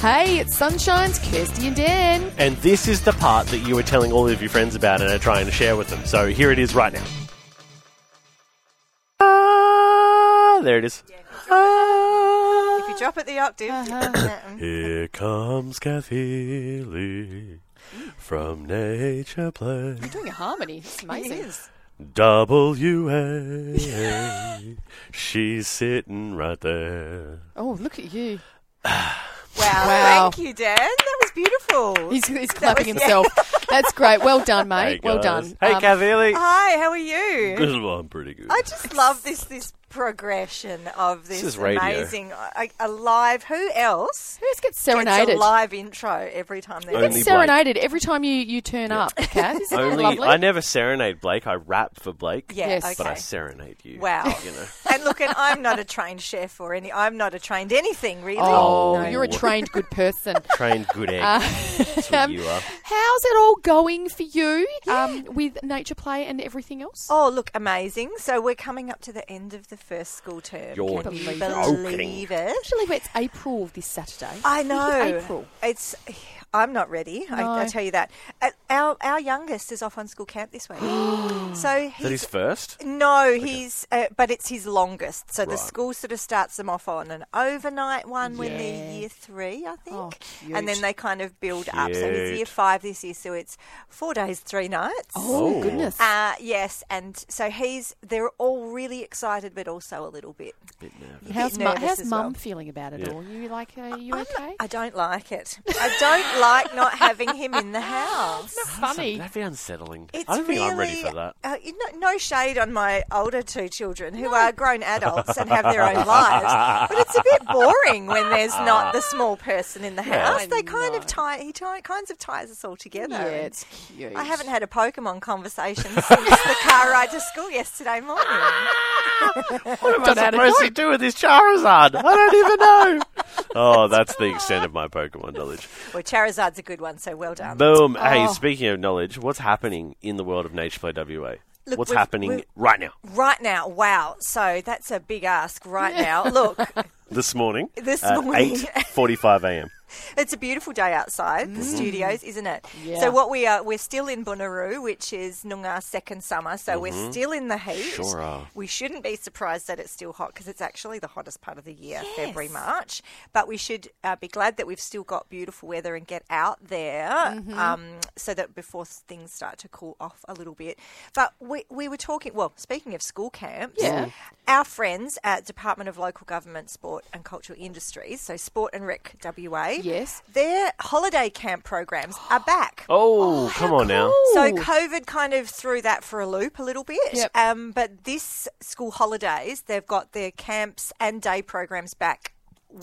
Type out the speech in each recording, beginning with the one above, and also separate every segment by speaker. Speaker 1: Hey, it's Sunshine's Kirsty and Dan.
Speaker 2: And this is the part that you were telling all of your friends about and are trying to share with them. So here it is right now. Ah, there it is. Ah,
Speaker 3: If you drop it the octave,
Speaker 1: Uh, Uh-huh.
Speaker 2: here comes Kathy Lee from Nature Play.
Speaker 1: Doing a harmony. It's amazing.
Speaker 2: WA. She's sitting right there.
Speaker 1: Oh, look at you.
Speaker 3: wow,
Speaker 1: Wow.
Speaker 3: Thank you, Dan. That was beautiful.
Speaker 1: He's, he's clapping himself. That's great. Well done, mate. well done.
Speaker 2: Hey,
Speaker 1: Um,
Speaker 2: Kathy Lee.
Speaker 3: Hi, how are you?
Speaker 2: I'm pretty good.
Speaker 3: I just love this this progression of this,
Speaker 2: is radio.
Speaker 3: amazing a, a live. Who else?
Speaker 1: Who else gets
Speaker 3: It's a
Speaker 1: serenaded?
Speaker 3: live intro every time they
Speaker 2: Only
Speaker 1: Gets serenaded every time you, you turn up, Kat. Isn't that
Speaker 2: Only
Speaker 1: lovely?
Speaker 2: I never serenade Blake. I rap for Blake.
Speaker 3: Yeah,
Speaker 1: Yes.
Speaker 3: okay.
Speaker 2: but I serenade you.
Speaker 3: Wow.
Speaker 2: you know.
Speaker 3: and look, and I'm not a trained chef or any. I'm not a trained anything really.
Speaker 1: Oh,
Speaker 2: No.
Speaker 1: you're a trained good person.
Speaker 2: Trained good
Speaker 3: Uh,
Speaker 2: egg. That's what
Speaker 3: um,
Speaker 2: you are.
Speaker 1: How's it all going for you um, with Nature Play and everything else?
Speaker 3: Oh, look, amazing. So we're coming up to the end of the first school term.
Speaker 2: You're
Speaker 3: Can you
Speaker 1: joking.
Speaker 3: believe it?
Speaker 1: Actually, it's April this Saturday.
Speaker 3: I
Speaker 1: We hit
Speaker 3: know.
Speaker 1: April.
Speaker 3: It's. I'm not ready. I, I
Speaker 1: No.
Speaker 3: tell you that. Uh, Our our youngest is off on school camp this week, so
Speaker 2: Is that his
Speaker 3: he's.
Speaker 2: first?
Speaker 3: No, he's, uh, but it's his longest. So the
Speaker 2: Right.
Speaker 3: school sort of starts them off on an overnight one when they're
Speaker 1: Yeah.
Speaker 3: year three, I think,
Speaker 1: Oh,
Speaker 3: and then
Speaker 1: cute.
Speaker 3: they kind of build up. So he's
Speaker 2: Cute.
Speaker 3: year five this year, so it's four days, three nights.
Speaker 1: Oh,
Speaker 2: Oh.
Speaker 1: goodness.
Speaker 3: Uh, yes, and so he's. They're all really excited, but also a little bit.
Speaker 1: how's mu-
Speaker 3: nervous
Speaker 1: how's
Speaker 3: as
Speaker 1: mum
Speaker 3: well.
Speaker 1: feeling about it
Speaker 2: Yeah.
Speaker 1: all? You like, uh, you okay?
Speaker 3: I don't like it. I don't like not having him in the house.
Speaker 1: Funny.
Speaker 2: That'd be unsettling.
Speaker 3: It's
Speaker 2: I don't
Speaker 3: really,
Speaker 2: think I'm ready for that.
Speaker 3: Uh, you know, no shade on my older two children who are grown adults and have their own lives, but it's a bit boring when there's not the small person in the house.
Speaker 1: I
Speaker 3: They kind of
Speaker 1: know.
Speaker 3: tie he tie, kinds of ties us all together.
Speaker 1: Yeah,
Speaker 3: And
Speaker 1: it's cute.
Speaker 3: I haven't had a Pokemon conversation since the car ride to school yesterday morning.
Speaker 2: What am I supposed to do with this Charizard? I don't even know. oh, that's the extent of my Pokemon knowledge.
Speaker 3: Well, Charizard's a good one, so well done.
Speaker 2: Boom. Hey,
Speaker 3: Oh.
Speaker 2: speaking of knowledge, what's happening in the world of Nature Play WA?
Speaker 3: Look,
Speaker 2: what's
Speaker 3: we've-
Speaker 2: happening
Speaker 3: we've-
Speaker 2: right now,
Speaker 3: Right now, wow. So that's a big ask right now. Look,
Speaker 2: this morning?
Speaker 3: This
Speaker 2: at
Speaker 3: morning.
Speaker 2: 8.45 a.m.
Speaker 3: It's a beautiful day outside the studios, isn't it?
Speaker 1: Yeah.
Speaker 3: So what we are, we're still in Bunaroo, which is Noongar's second summer. So we're still in the heat.
Speaker 2: Sure are.
Speaker 3: We shouldn't be surprised that it's still hot because it's actually the hottest part of the year, February, March. But we should uh, be glad that we've still got beautiful weather and get out there, um, so that before things start to cool off a little bit. But we we were talking. Well, speaking of school camps,
Speaker 1: Yeah.
Speaker 3: our friends at Department of Local Government, Sport and Cultural Industries, so Sport and Rec WA,
Speaker 1: Yes.
Speaker 3: their holiday camp programs are back.
Speaker 2: Oh, come on now.
Speaker 3: So
Speaker 1: Ooh.
Speaker 3: COVID kind of threw that for a loop a little bit.
Speaker 1: Yep.
Speaker 3: Um, but this school holidays, they've got their camps and day programs back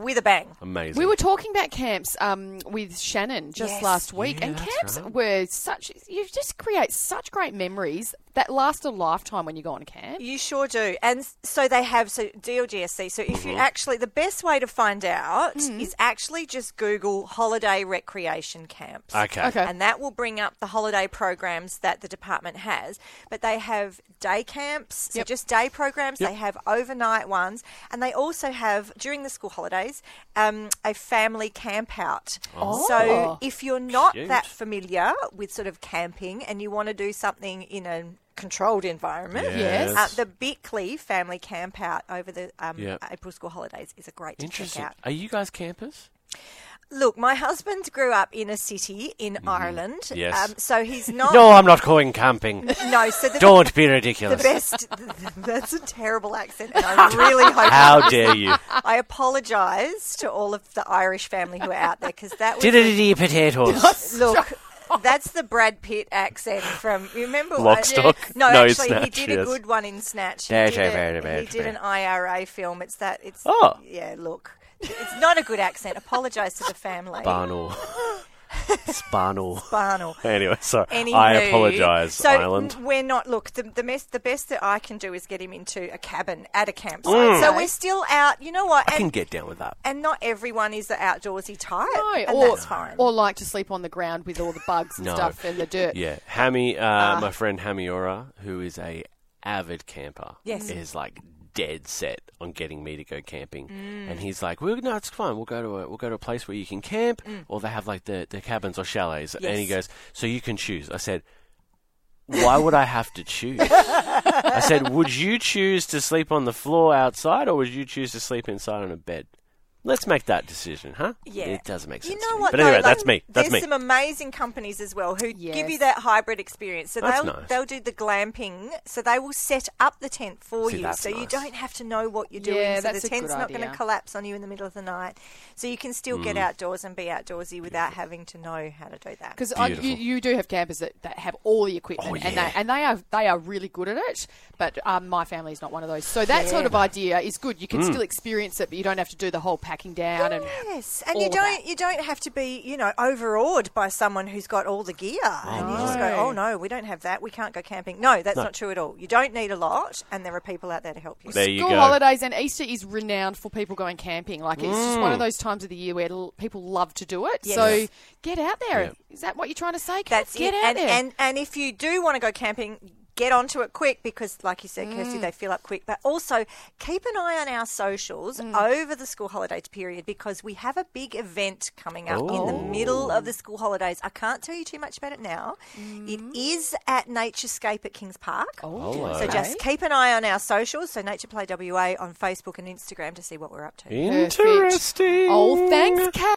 Speaker 3: with a bang.
Speaker 2: Amazing.
Speaker 1: We were talking about camps um, with Shannon just
Speaker 3: Yes.
Speaker 1: last week, and camps were such, you just create such great memories that last a lifetime when you go on camp.
Speaker 3: You sure do. And s- so they have so DLGSC. So if you
Speaker 1: Mm-hmm.
Speaker 3: actually the best way to find out is actually just Google holiday recreation camps.
Speaker 2: Okay.
Speaker 1: Okay.
Speaker 3: And that will bring up the holiday programs that the department has. But they have day camps, so
Speaker 1: Yep.
Speaker 3: just day programs. They have overnight ones. And they also have, during the school holidays, um, a family camp out. So
Speaker 1: Oh.
Speaker 3: if you're not
Speaker 2: Cute.
Speaker 3: that familiar with sort of camping and you want to do something in a controlled environment,
Speaker 1: Yes.
Speaker 3: uh, the Bickley family camp out over the um,
Speaker 2: Yep.
Speaker 3: April school holidays is a great to check
Speaker 2: Interesting.
Speaker 3: out.
Speaker 2: Are you guys campers?
Speaker 3: Look, my husband grew up in a city in Ireland.
Speaker 2: Mm-hmm.
Speaker 3: um,
Speaker 2: Yes.
Speaker 3: so he's not.
Speaker 2: No, I'm not going camping.
Speaker 3: No, so the,
Speaker 2: Don't be
Speaker 3: the
Speaker 2: ridiculous.
Speaker 3: best. That's a terrible accent, and I really hope.
Speaker 2: How dare you?
Speaker 3: I apologise to all of the Irish family who are out there because that was.
Speaker 2: Diddity potatoes.
Speaker 3: Look, that's the Brad Pitt accent from. You remember?
Speaker 2: Lock,
Speaker 3: what-
Speaker 2: stock?
Speaker 3: No,
Speaker 2: No,
Speaker 3: actually, he
Speaker 2: Snatch,
Speaker 3: did a
Speaker 2: yes.
Speaker 3: good one in Snatch. He
Speaker 2: Very,
Speaker 3: did,
Speaker 2: very,
Speaker 3: a,
Speaker 2: very,
Speaker 3: he did
Speaker 2: very.
Speaker 3: an IRA film. It's that. It's
Speaker 2: Oh.
Speaker 3: yeah. Look, it's not a good accent. Apologise to the family.
Speaker 2: Barnel. It's Barnel.
Speaker 3: Barnel.
Speaker 2: Anyway, sorry.
Speaker 3: Anywho,
Speaker 2: I apologise,
Speaker 3: so
Speaker 2: Ireland.
Speaker 3: n- We're not. Look, the, the best the best that I can do is get him into a cabin at a campsite. So we're still out. You know what?
Speaker 2: Mm. I can
Speaker 3: And,
Speaker 2: get down with that.
Speaker 3: and not everyone is the outdoorsy type.
Speaker 1: No,
Speaker 3: and
Speaker 1: or,
Speaker 3: that's fine.
Speaker 1: or like to sleep on the ground with all the bugs and
Speaker 2: No.
Speaker 1: stuff and the dirt. Ah.
Speaker 2: Yeah, Hammy, uh, my friend Hamiora, who is a avid camper,
Speaker 3: Yes.
Speaker 2: is like dead set on getting me to go camping,
Speaker 3: Mm.
Speaker 2: and he's like, "Well, no, it's fine. We'll go to a, we'll go to a place where you can camp, or they have like the the cabins or chalets." And he
Speaker 3: Mm. Yes.
Speaker 2: goes, "So you can choose." I said. Why would I have to choose? I said, would you choose to sleep on the floor outside or would you choose to sleep inside on a bed? Let's make that decision, huh?
Speaker 3: Yeah.
Speaker 2: It doesn't make sense.
Speaker 3: You
Speaker 2: to
Speaker 3: know
Speaker 2: me.
Speaker 3: what?
Speaker 2: But anyway,
Speaker 3: though? Like,
Speaker 2: that's me. That's me.
Speaker 3: there's some amazing companies as well who give you
Speaker 1: Yes.
Speaker 3: that hybrid experience. So
Speaker 2: That's
Speaker 3: they'll
Speaker 2: nice.
Speaker 3: they'll do the glamping. So they will set up the tent for
Speaker 2: See,
Speaker 3: you,
Speaker 2: that's
Speaker 3: so you
Speaker 2: nice.
Speaker 3: don't have to know what you're doing.
Speaker 1: Yeah,
Speaker 3: so
Speaker 1: that's
Speaker 3: the
Speaker 1: a good
Speaker 3: tent's not going to
Speaker 1: idea.
Speaker 3: collapse on you in the middle of the night. So you can still
Speaker 2: Mm.
Speaker 3: get outdoors and be outdoorsy without having to know how to do that.
Speaker 1: Because you,
Speaker 2: Beautiful.
Speaker 1: you do have campers that, that have all the equipment,
Speaker 2: Oh,
Speaker 1: and
Speaker 2: yeah.
Speaker 1: they and they are they are really good at it. But um, my family is not one of those. So that sort of idea is good. You can
Speaker 2: Mm.
Speaker 1: still experience it, but you don't have to do the whole packing down and
Speaker 3: Yes, and
Speaker 1: all
Speaker 3: you
Speaker 1: of
Speaker 3: don't
Speaker 1: that.
Speaker 3: you don't have to be you know overawed by someone who's got all the gear, and you just go,
Speaker 1: no.
Speaker 3: oh no, we don't have that, we can't go camping. No, that's not true at all. You don't need a lot, and there are people out there to help you.
Speaker 2: There you
Speaker 1: School
Speaker 2: go.
Speaker 1: holidays and Easter is renowned for people going camping. Like it's just
Speaker 2: Mm.
Speaker 1: one of those times of the year where l- people love to do it.
Speaker 3: Yes.
Speaker 1: So
Speaker 3: Yeah.
Speaker 1: get out there. Is that what you're trying to say? Kath?
Speaker 3: That's
Speaker 1: get
Speaker 3: it.
Speaker 1: out
Speaker 3: and,
Speaker 1: there.
Speaker 3: and and if you do want to go camping, get onto it quick because, like you said,
Speaker 1: Mm.
Speaker 3: Kirsty, they fill up quick. But also keep an eye on our socials
Speaker 1: Mm.
Speaker 3: over the school holidays period because we have a big event coming up in
Speaker 1: Oh.
Speaker 3: the middle of the school holidays. I can't tell you too much about it now.
Speaker 1: Mm.
Speaker 3: It is at Naturescape at Kings Park.
Speaker 1: oh,
Speaker 2: Hello.
Speaker 3: So just keep an eye on our socials, so Nature Play WA on Facebook and Instagram to see what we're up to.
Speaker 1: Perfect.
Speaker 2: Interesting.
Speaker 1: Oh, thanks, Kat.